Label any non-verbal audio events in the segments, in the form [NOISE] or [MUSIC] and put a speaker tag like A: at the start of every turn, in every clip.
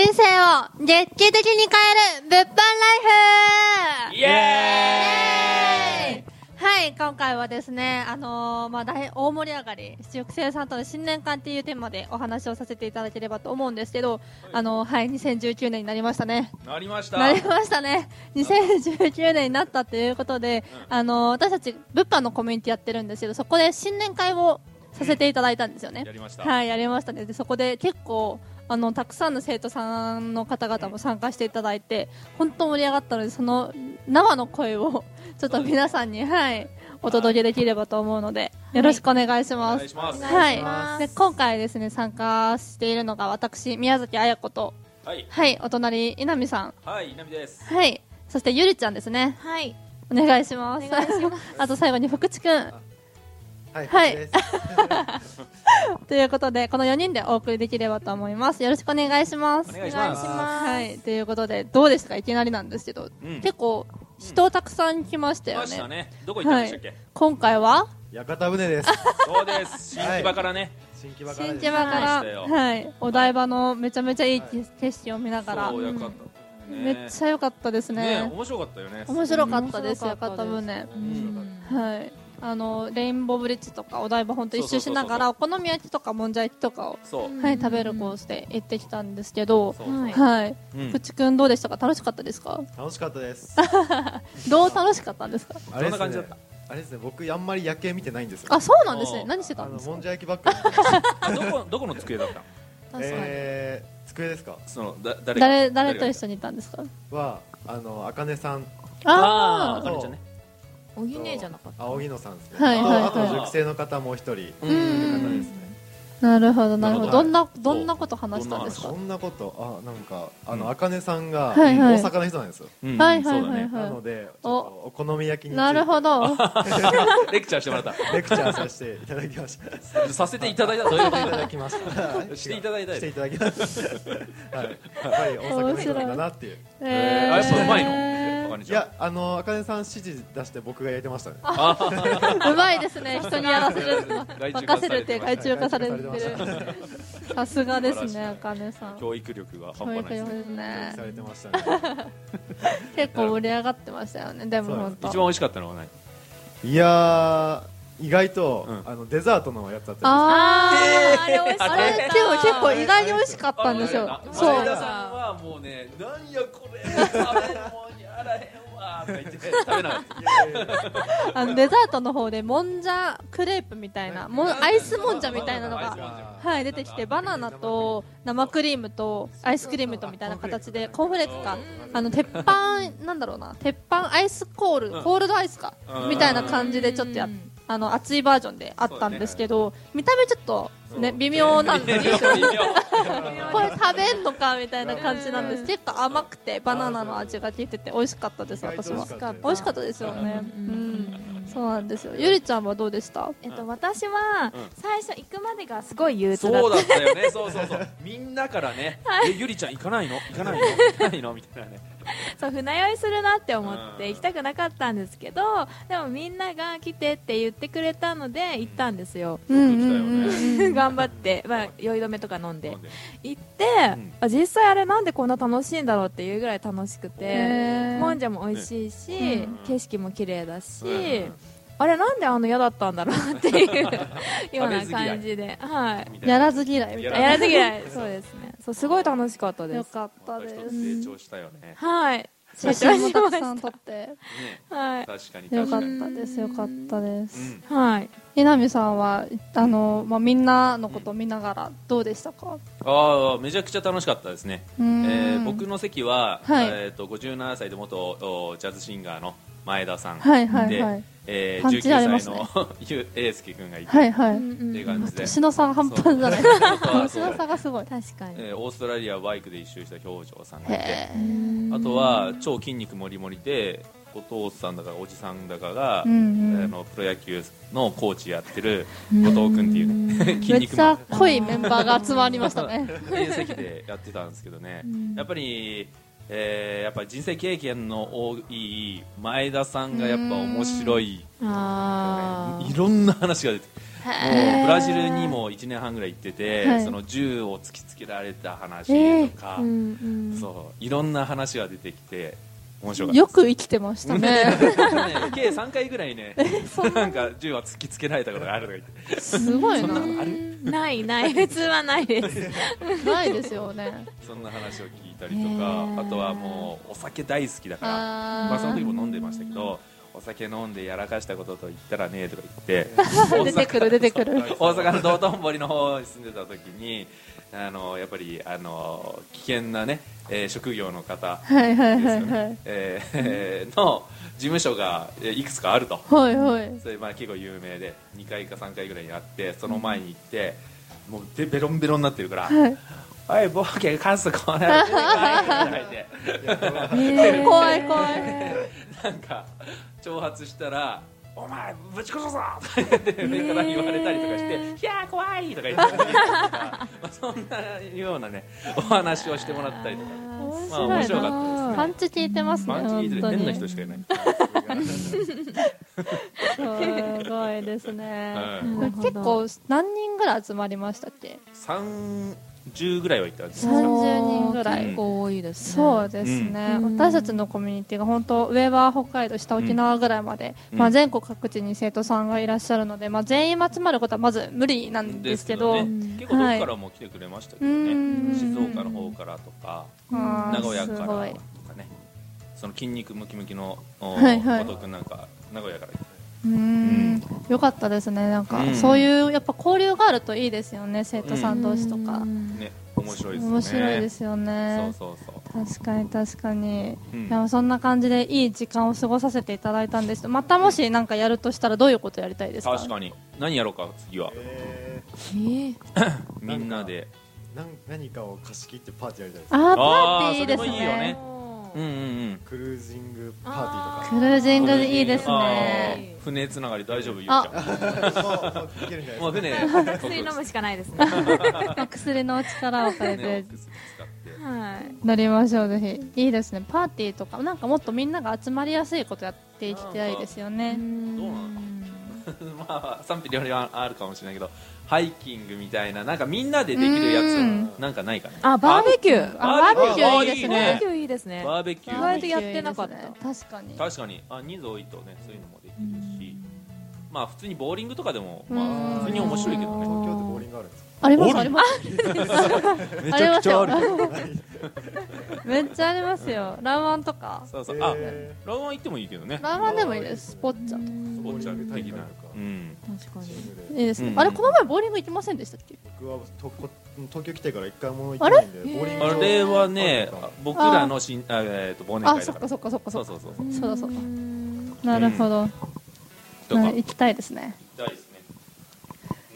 A: の劇的に変える物販ライフ
B: イエーイ
A: はい、今回はですね、あのーまあ、大大盛り上がり、七福星さんとの新年間っていうテーマでお話をさせていただければと思うんですけど、あのーはい、2019年になりましたね。
B: なりました
A: なりましたね。2019年になったということで、あのー私たち物販のコミュニティやってるんですけど、そこで新年会をさせていただいたんですよね。
B: やりました
A: はい、やりましたね。で、そこで結構、あの、たくさんの生徒さんの方々も参加していただいて、本当盛り上がったので、その生の声を、ちょっと皆さんに、はい、お届けできればと思うので、よろしくお願いし
B: お
A: ま
B: 願い
A: す
B: し。ます
A: はい。で、今回ですね、参加しているのが、私、宮崎彩子と、
B: はい
A: はい、お隣、稲見さん、
B: はい稲見です
A: はい。そしてゆりちゃんですね。
C: はい。
A: お願いします。
C: お願いしま
A: あと最後に福地くん。
D: はい、
A: はい
D: です
A: ということで、この4人でお送りできればと思います。よろしくお願いします。
B: お願いします
C: お願いします
A: はい。ということで、どうでしたかいきなりなんですけど、
B: うん
A: 結構人たくさん来ました
B: 来
A: よ
B: ま
A: ね。
B: したねどこ行ったんでしたっけ
A: 今回は、
D: 屋形
A: [LAUGHS]
D: 船です。
B: そうです新木場からね
D: 新木場から
A: 新
D: です。
A: 木場か
B: 来ました
A: ら、
B: よ
A: はい、お台場のめちゃめちゃいい景景色を見ながら、
B: そう
A: う
B: よ
A: ん
B: かった
A: めっちゃ良かったです
B: ね
A: ね。
B: 面白かったよね
A: 面白かったです、
C: 面
A: 屋
C: 白かった
A: 形
C: で
A: 船。
C: す
B: うん
A: はい。あのレインボーブリッジとかお台場本当一周しながら
B: そ
A: お好み焼きとかもんじゃ焼きとかを、
B: そう
A: はい、食べるコースで行ってきたんですけど
B: そうそう
A: はい、
B: うん
A: プチくんどうでしたか楽しかったですか
D: 楽しかったです。
A: どう楽しかったんですか
D: あれ
B: どん
D: ですね
B: な感じだった
D: あれですね、僕あんまり夜景見てないんですよ。
A: あそうなんですね
B: お
A: 何してた
D: あ
A: ん
D: の
A: ですか
D: もんじゃ焼きばっかり
A: [LAUGHS]
D: 見てました。
B: あどこどこの机だった
C: 確かに。
D: えー、机ですか。
B: そのだ誰が
A: 誰誰と一
B: 緒
A: 緒にいたんですか
D: は、あの、あかねさん、
B: あ
A: あ
B: あ
A: ー
B: かりちゃんね
C: おぎねえじゃなかった。
D: 青木野さんですね。
A: はいはいはい
D: あと、あと塾生の方もう一人。
B: うん
D: 方ですね。
A: なるほどなるほどど
B: なる
A: ん
B: ほど
A: などんなこと話したんですか
D: そ
A: は
D: んなこと、あ、なんか、あ
B: う
D: の、
B: ん
D: あかねさんが、
A: はいはい
D: 大阪の人なんですよ。
B: うん
A: いはい
B: そうだ
A: はい
B: ね
D: な
A: は
D: ので、ちょっと
A: お
D: お好み焼き
A: い
D: について
A: なるほどは
B: レクチャーしてもらった
D: レクチャーさせていただき
A: [LAUGHS]
D: ました。さ
B: させていただいたそういう
D: せ
B: こ
D: てい
B: と
D: た
B: だ
D: だきまし
B: [LAUGHS]
D: た。
B: していただいた
D: していただきました。はい。やっぱり大阪の人なんだなっていう。
A: え
B: [LAUGHS] えーあやっぱうまいのあかり
D: い
B: ちゃん
D: や、あの、あかねさん指示出して僕が焼いてましたね。
A: [LAUGHS] うまいですね人にやらせる任せるっていう外注化されてる
D: 外注
A: さ
D: 化
A: すがです
B: 素
A: ね
B: 晴ら
A: あ
B: しい
A: かねさん
B: 教育力が半
A: 教
B: 端
A: 育
B: ないです
A: 用
B: ね
A: ですね
D: されてましたね。
A: 結構盛り上がってましたよねでも本
B: 一
A: 当
B: 番美味しかったのは何
D: いやー、意外と、
B: うん
D: あの、デザートのやつだったんで
A: あ
B: ー
A: ー
C: あれ美味し
A: あ
C: かった
A: れでも結構意外に美味しかったんですよ
B: あれだ
A: そう
B: 前田さんはもうね、なんやこれ、食べもんやらへんわとか言って食べなかった。
D: すよいやいやいや。
A: あのデザートの方でもんじゃクレープみたいなもんアイスもんじゃみたいなの
B: アイス
A: が
B: もんじゃ
A: はい出てきてバナナと生クリームとアイスクリームとみたいな形でコーンフレークかあの鉄板なんだろうな鉄板アイスコール
B: うん
A: コールドアイスか
B: うん
A: みたいな感じでちょっとや
C: うん
A: あの熱いバージョンであったんですけど見た目ちょっとね微妙なんです
B: [LAUGHS]
A: よ
B: 微妙
A: これ食べんのかみたいな感じなんです結構甘くてバナナの味が効いてて美味しかったです私は
D: 意外と美味しかったです
A: 美味しかったですよねう
C: うん
A: んそうなんですよゆりちゃんはどうでした
C: えっと私は
B: うん
C: 最初行くまでがすごい憂鬱だ
B: そう
C: っ
B: だったよね、そうそうそう、みんなからね、えゆりちゃん行かないの、行かないの、行かないのみたいなね。
C: た。そう船酔いするなって思っ
B: うん
C: て行きたくなかったんですけど、でもみんなが来てって言ってくれたので行ったんですよ。
A: う
B: うんうんうん
C: [LAUGHS] 頑張って、まあ酔い止めとか飲んで行って、
B: ん
C: あ実際あれなんでこんな楽しいんだろうっていうぐらい楽しくて、
A: へー
C: もんじゃも美味しいし、
A: うん
C: 景色も綺麗だし。
B: うん
C: あれなんであの嫌だったんだろうっていうよう
B: [LAUGHS] 食べず
C: な
B: 嫌い
C: 感じで、はい、
B: みたいな
A: やらず嫌いみたいな
C: やらず嫌いそうですねそうすごい楽しかったで
A: よ
C: す
A: かった
B: また
A: で
B: 一
A: す
B: つ成長したよね。
C: はい
A: 写真もたくさん撮って
B: ね
C: はい
B: 確かに
A: よか
B: 確か
A: っ
B: に。
A: たですよかったで
B: う
A: す
B: ん
C: はい
A: 稲見さんはあのまあみんなのこと見ながらどうでしたか
B: ああ、めちゃくちゃ楽しかったですね。
A: う
B: え
A: ん
B: ー僕の席は、
A: はい
B: えー、と57歳で元おジャズシンガーの前田さん、
A: はいはい
B: で、
A: はい
B: えー
A: パンチありま
B: 19
A: す
B: 歳
A: ね
B: の [LAUGHS] ゆ英介君がいて、
A: はいはい
B: っていう感じで
A: 年の差が半端じゃない
B: [LAUGHS] そうあ
A: 年の
B: と
A: 差
B: は
A: がすごい
C: 確かに
B: えーオーストラリアをバイクで一周した表情さんがいて
A: へ
B: あとは超筋肉もりもりでお父さんだかおじさんだかが、
A: ーうんうん
B: あのプロ野球のコーチやってる後藤君っていうね [LAUGHS] 筋
A: めっ
B: 肉
A: ちゃ
B: も
A: 濃いメンバーが集まりました
B: [LAUGHS]
A: ね
B: 遠席でやってたんですけどね、やっぱり、えーやっぱ人生経験の多い前田さんがやっぱ面白い、
C: あ
B: いろんな話が出て
C: へ
A: ー
B: ブラジルにも1年半ぐらい行ってて、
A: はい
B: その銃を突きつけられた話
A: え
B: とか、
C: うんうん
B: そういろんな話が出てきて面白かった
A: よく生きてましたね
B: [LAUGHS] ね計3回ぐらいねなんか銃は突きつけられたことがあるとか言って
A: すごい
B: そんな
A: な
B: ことある
C: な
B: [LAUGHS]
C: いない普通はないです
A: ないですよね
B: そんな話を聞いたりと
C: へ
B: か
C: ー
B: あとはもうお酒大好きだから
A: あー
B: まあ、その時も飲んでましたけどお酒飲んでやらかしたことと言ったらねとか言って
A: [LAUGHS] 出てくる出てくる
B: 大阪の道頓堀の方に住んでた時にあのやっぱりあの危険なね、えー職業の方
A: はいはい
B: です
A: は
B: よ
A: いは
B: ね
A: い
B: えー [LAUGHS] の事務所がえーいくつかあると
A: はいはい
B: それまあ結構有名で2回か3回ぐらいにあってその前に行ってもうでベロンベロンになってるから
A: はい
B: 「おいボケカスこのやつ」とか言って。
A: えー怖い怖い
B: なんか挑発したら「お前ぶち殺
A: [LAUGHS]
B: すぞ!」とか言って上から言われたりとかして「いやー怖い!」とか言ってたりとかまあそんなようなねお話をしてもらったりとか
A: 面
B: まあ面白
A: 白い
B: か
A: な
B: ったです
A: パ
B: ね
A: ンチ効いてますね
B: マンキー
A: 本
B: で
A: 当
B: 変
A: に
B: な人しかいない
A: すごいですね
B: はい
A: 結構何人ぐらい集まりましたっけ
B: 30ぐらいは行ったんですよ
A: 30人ぐらい
C: 結構多いですね
A: そうですね、
C: うん
A: 私たちのコミュニティが本当上は北海道下沖縄ぐらいまで、
B: うん
A: まあ、全国各地に生徒さんがいらっしゃるので、まあ、全員集まることはまず無理なんですけど
B: です
C: ね
B: 結構どこからも来てくれましたけど
A: う
B: ね
A: ん
B: 静岡の方からとか
A: あー
B: 名古屋から
A: す
B: と
A: ご
B: か
A: い
B: ねその筋肉ムキムキのお
A: はいはい
B: 後藤君なんか名古屋から来て
A: うん
B: ん
A: よかったですねなんか、
B: うん
A: そういうやっぱ交流があるといいですよね生徒さん同士とか、
B: ね面白いですよね
A: 面白いですよ
B: そう
A: ね
B: そうそう
A: 確かに確かに、
B: うん
A: でもそんな感じでいい時間を過ごさせていただいたんですけどまたもし何かやるとしたらどういうことやりたいですか
B: 確かに何やろうか次は
D: え
C: ええ
B: みんなで
D: ーなん何かを貸し切ってパーティーやりたいです
A: あーパー
B: あー
A: ティーいいです
B: それもいいよね [LAUGHS] うんうんうん
D: クルージングパーテ
A: クルージングでいいです
B: あ
A: ね。
B: ー船つながり大丈夫ゆうちゃ
D: ィーとかもうもういけるんじゃ
B: ん
D: な
B: も
D: いう
B: 船
D: です
C: 薬飲むしかないですね
A: 薬の力を借り
B: 船
A: て
B: をくす使って
C: はい
A: なりましょう、ぜひ。いいですね。パーティーとか、なんかもっとみんなが集まりやすいことやっていきたいですよね。
B: どうなの [LAUGHS] まあ賛否両論はあるかもしれないけどハイキングみたいななんかみんなでできるや
A: うん
B: つなんかないかね
C: あバーベキュー
A: あ、バーベキューいいです
B: あ
C: バーベ
A: ね
C: キ。ューいいですね
B: バーベキュ
C: バ
B: ー
C: ーベキューやってなかった
A: バーベキューいいですね確かに。
B: 確かにあ人数多いとねそういうのもできるしまあ普通にボーリングとかでもまあ普通に面白いけどね
D: 東京ってボーリングあるんですか
A: あります、
B: ボー
A: あ
B: リ
A: りま
B: ン
A: す。ありま
B: め
A: すよ。
D: ない
A: めっちゃありますよ。ラーマンとか。
B: そうそうあ
D: え
B: ラーマン行ってもいいけどね
A: ラーマンでもいいです。スポッチャとか。
B: スポッチャー的な
D: う
B: うん
C: 確か
D: ーチー
C: に
D: ムで
A: いいですね
B: う。ん
A: あれ、この前ボーリング行きませんでしたっけ
D: 僕はとこ東京来てから一回も行ってないんで
C: あれ
D: ボーリング
B: あ
D: 場
B: れはね
D: あるか、
B: 僕らのしんあ、えー、と忘年
A: あ、
B: 会
A: そ
B: だ
A: っから
B: か。
A: そっかそっか
B: そ
A: そうっか。
B: そうそう。
A: そうだそうだ。なるほど。
B: と
A: な
B: か。
A: 行きたいですね。
B: たいですね。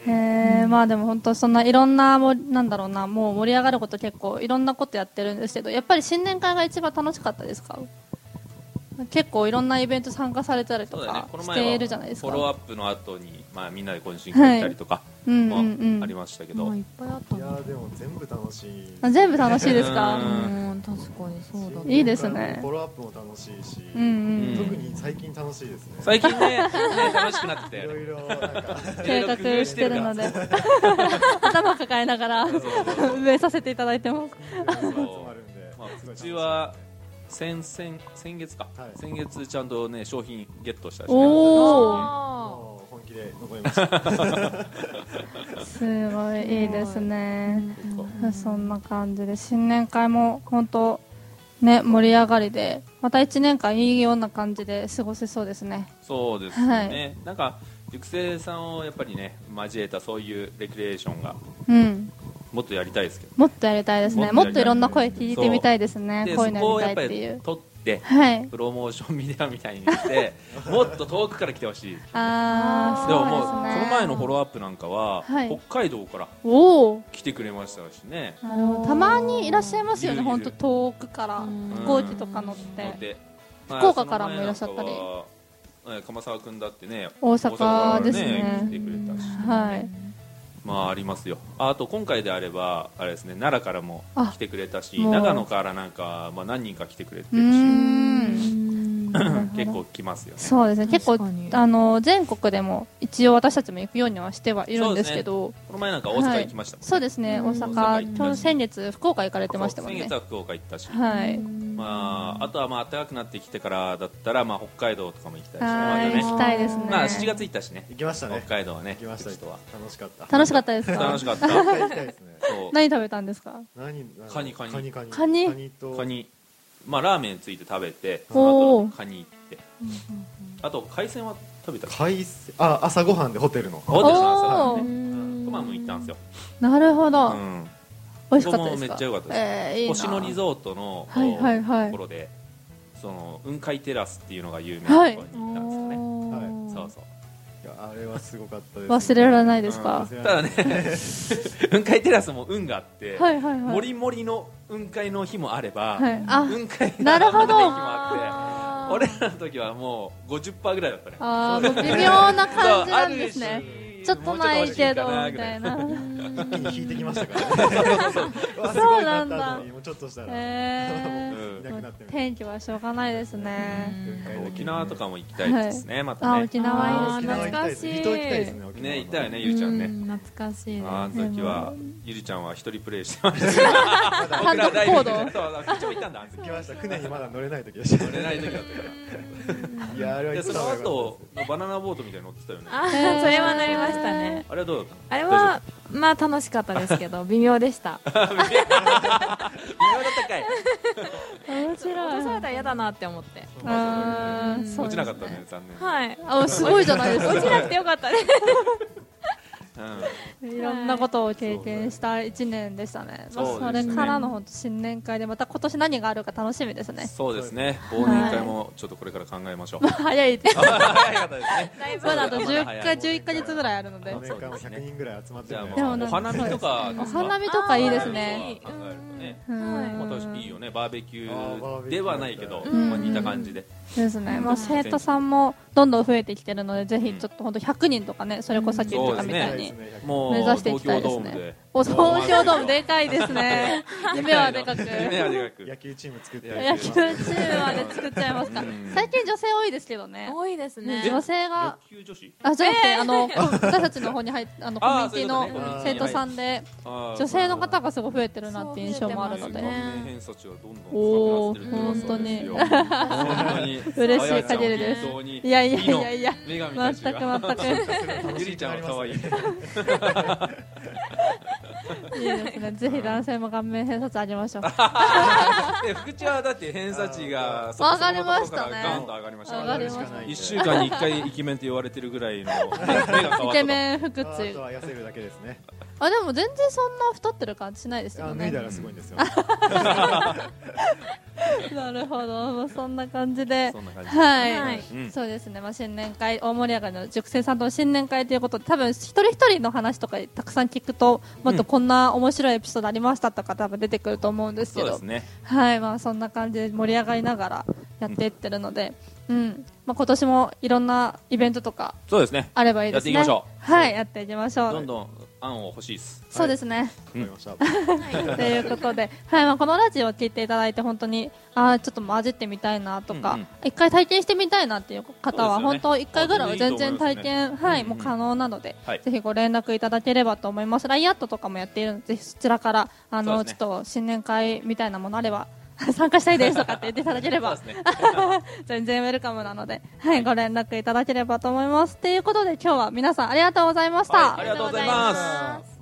A: えー、まあでも本当そんないろんなもなんだろうなもう盛り上がること結構いろんなことやってるんですけどやっぱり新年会が一番楽しかったですか結構いろんなイベント参加されたりと
B: そうだね
A: か。
B: この
A: し
B: 前
A: て
B: はい
A: る
B: フ
A: じゃないです
B: ォ
A: か、
B: ローアップの後に、まあ、みんなで懇親会行ったりとか
A: うんうん
B: も
A: う
B: あ
A: ん
B: りましたけど、
C: まあいっぱいあった
D: いや
C: な
D: ーでも全部楽しい
A: あ全部楽しいです
B: う
A: か
C: うん確かにそうだね
A: いいですね
D: フォローアップも楽しいし、
A: うんうん
D: 特に最近楽しいですね
B: 最近ねね楽しくなってきた
D: い
B: よ
D: ろ
B: ね
D: いろなんか
A: [LAUGHS] 計画してるので [LAUGHS] 頭抱えながら [LAUGHS] 運営させていただいてます
B: [LAUGHS]
D: 集まるんで、
B: まあ
D: すごい楽しいです
B: うちは先先先月か、
D: はい
B: 先月ちゃんとね商品ゲットしたし、ね、
A: おー
C: あ
D: もう本気で残りま
B: [LAUGHS]
D: した
A: すごいいいですね
C: ーうん
A: そんな感じで新年会も本当ね盛り上がりでまた1年間いいような感じで過ごせそうですね
B: そうですよね、
A: は
B: なんか熟成さんをやっぱりね交えたそういうレクリエーションが
A: うん
B: もっとやりたいですけど
A: もっとやりたいですね
B: も
A: も
B: っと
A: っと
B: やりたい
A: いろんな声聞いてみたいですね
B: で
A: こう
B: そ
A: いう
B: こ
A: の
B: を
A: や
B: や
A: り
B: っ
A: た
B: ぱ
A: いっ
B: り
A: ていう
B: 取って
A: はい
B: プロモーションビデオみたいにして、
A: [LAUGHS]
B: もっと遠くから来てほしい。
A: ああ
C: ー
B: でももう、
A: そ
B: そう
A: ですね
B: の前のフォローアップなんかは、
A: はい
B: 北海道から
A: おお
B: 来てくれましたしね。
A: なるほどたまにいらっしゃいますよ
B: い
A: ね
B: るいる
A: 本当遠くから
C: うん
A: 飛行機とか乗っ
B: な
A: て
B: ので、まあ
A: 福岡からもいらっしゃったり。
B: その前なんかはえー鎌沢君だってね、
A: 大
B: 大から
A: 阪です
B: 来
A: ね
B: てくれたし。
A: はい
B: まあありますよ。ああと今回であればあれですね、奈良からも
A: あ
B: 来てくれたし、
A: もう
B: 長野からなんかまあ何人か来てくれて
A: うー
B: る
A: ん
B: し。
C: うん
A: なるほど
B: 結構来ますよね。
A: そうですね結構
C: 確かに
A: あの全国でも一応私たちも行くようにはしてはいるんですけど
B: この前なんか大阪行きましたもんね。
A: そうですね、
C: う
A: 大
C: ん
B: 大阪行
A: 阪
B: きまし
A: ち
B: た
A: ょうど先月福岡行かれてましたもん
B: そう
A: ね
B: 先月は福岡行ったし、
A: はい
B: まああとはまあ暖かくなってきてからだったらまあ北海道とかも行きたいしね
A: は
B: ま
A: い
B: だね。
A: 行きたいですね
B: まあ7月行ったしね。
D: 行きました
B: 北
D: ね
B: 海道はね。
D: 行きました
B: 行く人は
D: 楽しかった
A: 楽しかったです
B: 楽
A: か
B: しかった。
D: 行きたい行きたいですね
B: そう
A: 何食べたんですか
D: 何何
B: カニカニ
D: カニカニ
A: カニ
D: と
B: カニまあラーメンついて食べて、あ
A: おー
B: とカニ行って、あと海鮮は食べた。
D: 海鮮あ朝ごはんでホテルの
B: ホテルの朝
A: お
B: な
A: ー
B: んでね。トマム行ったんですよ。
A: なるほど、
B: うん。
A: 美味しかったですか
B: 僕もめっちゃ良かったです
A: えーいいな
B: 星野リゾートのこう
A: はいはいはい
B: ところでその雲海テラスっていうのが有名なところに行ったんですよね、
D: は
B: そうそう
D: いやあれはすごかったです
A: 忘れられないです
B: うん
A: か、
D: 忘れ
B: ただ
D: られない
B: ね [LAUGHS] 雲海テラスも運があって、
A: はいはいはい
B: もりもりの雲海の日もあれば、
A: はいあ
B: 雲海
A: なるほど
B: の日もあって俺らの時はもう50%ぐらいだったね
A: ああもう微妙な感じなんです
B: そうあ
A: ね
B: るし
A: ちょっとないけど
B: もうちょっ
A: み
B: と欲しいかなぐら
A: たいな
D: 一気に引いてきましたからねわすごいなった後にもうちょっとしたら
A: [LAUGHS] え
B: うん
D: いなくなっ
A: ー、
D: てみたい
A: 天気はしょうがないですね、
D: な
B: 沖縄とかも行きたいですね、また
A: あ
B: ね
A: 沖縄いい
D: 沖
A: ですね
D: 縄行きたいです
C: 懐かしい
D: 離島行きたいですね沖縄
B: ね行ったよね
C: う
B: ゆりちゃんね、
C: 懐かしいです
B: あの時はゆりちゃんは一人プレイしてました
A: 単独行動
B: そうそう口もいたんだあの時
D: 行きました船にまだ乗れない時でした
B: 乗れない時だったから
D: いやあれは行
B: で
D: った
B: そ
D: 方
B: の
D: が良か
B: 後のバナナボートみたいに乗ってたよね
C: あー [LAUGHS] それは乗りましたね
B: あれはどうだっ
C: あれ
B: 大
C: はまあ楽しかったですけ [LAUGHS] ど微妙でした
B: たの微妙だったかい
A: 面白
C: 落と
A: い
C: されたら嫌だなって思って
A: あーそう
B: 落
A: です
B: ちなかったね残念
C: はい
A: あすごいじゃないです
C: 落ち
A: か
C: なくてよかったね
A: いろんなことを経験した1年でしたね、まあ、
B: そう
A: そ
B: で
A: れ
B: すね
A: からの本当新年会でまた今年何があるか楽しみです
B: うん
A: ね
B: そうですね忘年会もちょっとこれから考えましょう
A: 早いです
B: [LAUGHS] 早かったですね
C: だいぶ
A: まだあと10
B: まだ
A: か
B: 早い
A: 11か月ぐらいあるので
D: った年間も100人ぐらい集まっ
B: じ
D: て
B: ゃ
D: る
A: で
B: あ
A: もな
B: もうんお
A: か
B: 花見とか
A: お花見とかいいですね
B: 考えるとね
A: う
B: ま
A: ん
B: たいいよねバーベキューではないけど、
A: ん
B: まあ、似た感じで
A: ですね、まあ、
B: 全然
A: 生徒さんもどんどん増えてきてるのでぜ
B: う
A: ひ
B: ん
A: ちょっと本当100人とかねそれこそさっき言ってたみたいに、
B: そうもう
A: 目指していきたいですね
B: 東京ドームで
A: お東京ドームでかいですね夢はでかく
B: 夢はでかく
D: 野球チーム作って
A: [LAUGHS] 野球チ
D: [LAUGHS]
A: ームまで作っちゃいますから
B: うん
A: 最近女性多いですけどね
C: 多いですね
A: 女性が
B: 野球女子
A: あじゃなくて、あのこ私たちの方に入っあのコミュ
B: [LAUGHS] あー
A: ニティ
B: そういうこと
D: ね
A: の生徒さんで女
B: 女
A: 性の方がすごい増えてるなって印象もあるの
C: そう増えて
A: で、
C: ますね
B: 偏差値はどんどん
A: おー
B: 高くなってるってことなんですよ本当に
A: 嬉しい限りです
B: あやちゃんは本当に
A: いやいやいやいや
B: 美の女
A: 全く
B: 神たちが [LAUGHS]
A: 全く
B: ゆりちゃんは可愛い
A: いいですねぜひ男性も顔面偏差値上げま
B: [LAUGHS]
A: しょう
B: え福地はだって偏差値が
A: 上がりましたね
B: ガンと上がりました
A: 上がりま
B: ね
A: した
B: 一週間に一回イケメンって言われてるぐらいの目が変わった
A: イ
B: と
A: ケメン服
D: あ
A: つ
D: とは痩せるだけですね
A: あでも全然そんな太ってる感じしないですよ
D: あ脱いだ
A: ね
D: らすごいんですよ
A: [LAUGHS] なるほど、まあ、そんな感じで
B: そんな感じ
A: はい、
C: はい
B: うん
A: そうですね、まあ、新年会大盛り上がりの塾生さんとの新年会ということで多分一人一人の話とかたくさん聞くともっとこんな面白いエピソードありましたとか多分出てくると思うんですけ
B: そうで
A: ど
B: すね
A: はいまあ、そんな感じで盛り上がりながらやっていってるので、うんまあ、今年もいろんなイベントとか
B: そうですね
A: あればいいですね
B: やっていきましょ
A: はい、やっていきましょう
B: どんどん案を欲しいです
A: そうですね、
B: うん
D: わかりました
A: ということで、はいまあ、このラジオを聞いていただいて本当にあーちょっと混じってみたいなとか
B: うんうん
A: 一、回体験してみたいなっていう方は
B: そうですよね
A: 本当一回ぐらいは全然体
B: あ
A: 験
B: 全然いいと思いますね
A: はい
B: うんう
A: も
B: ん
A: う可能なので、
B: はい
A: ぜひご連絡いただければと思いますラインアットとかもやっているのでぜひそちらからあの、
B: そうで
A: ちょ
B: す
A: っ
B: ね
A: と新年会みたいなものあれば [LAUGHS] 参加したいですとかって言っていただければ
B: そうですね
A: 全然ウェルカムなので、はい、ご連絡いただければと思いますということで今日は皆さんありがとうございました、
B: はいありがとうございます
C: ありがとうございます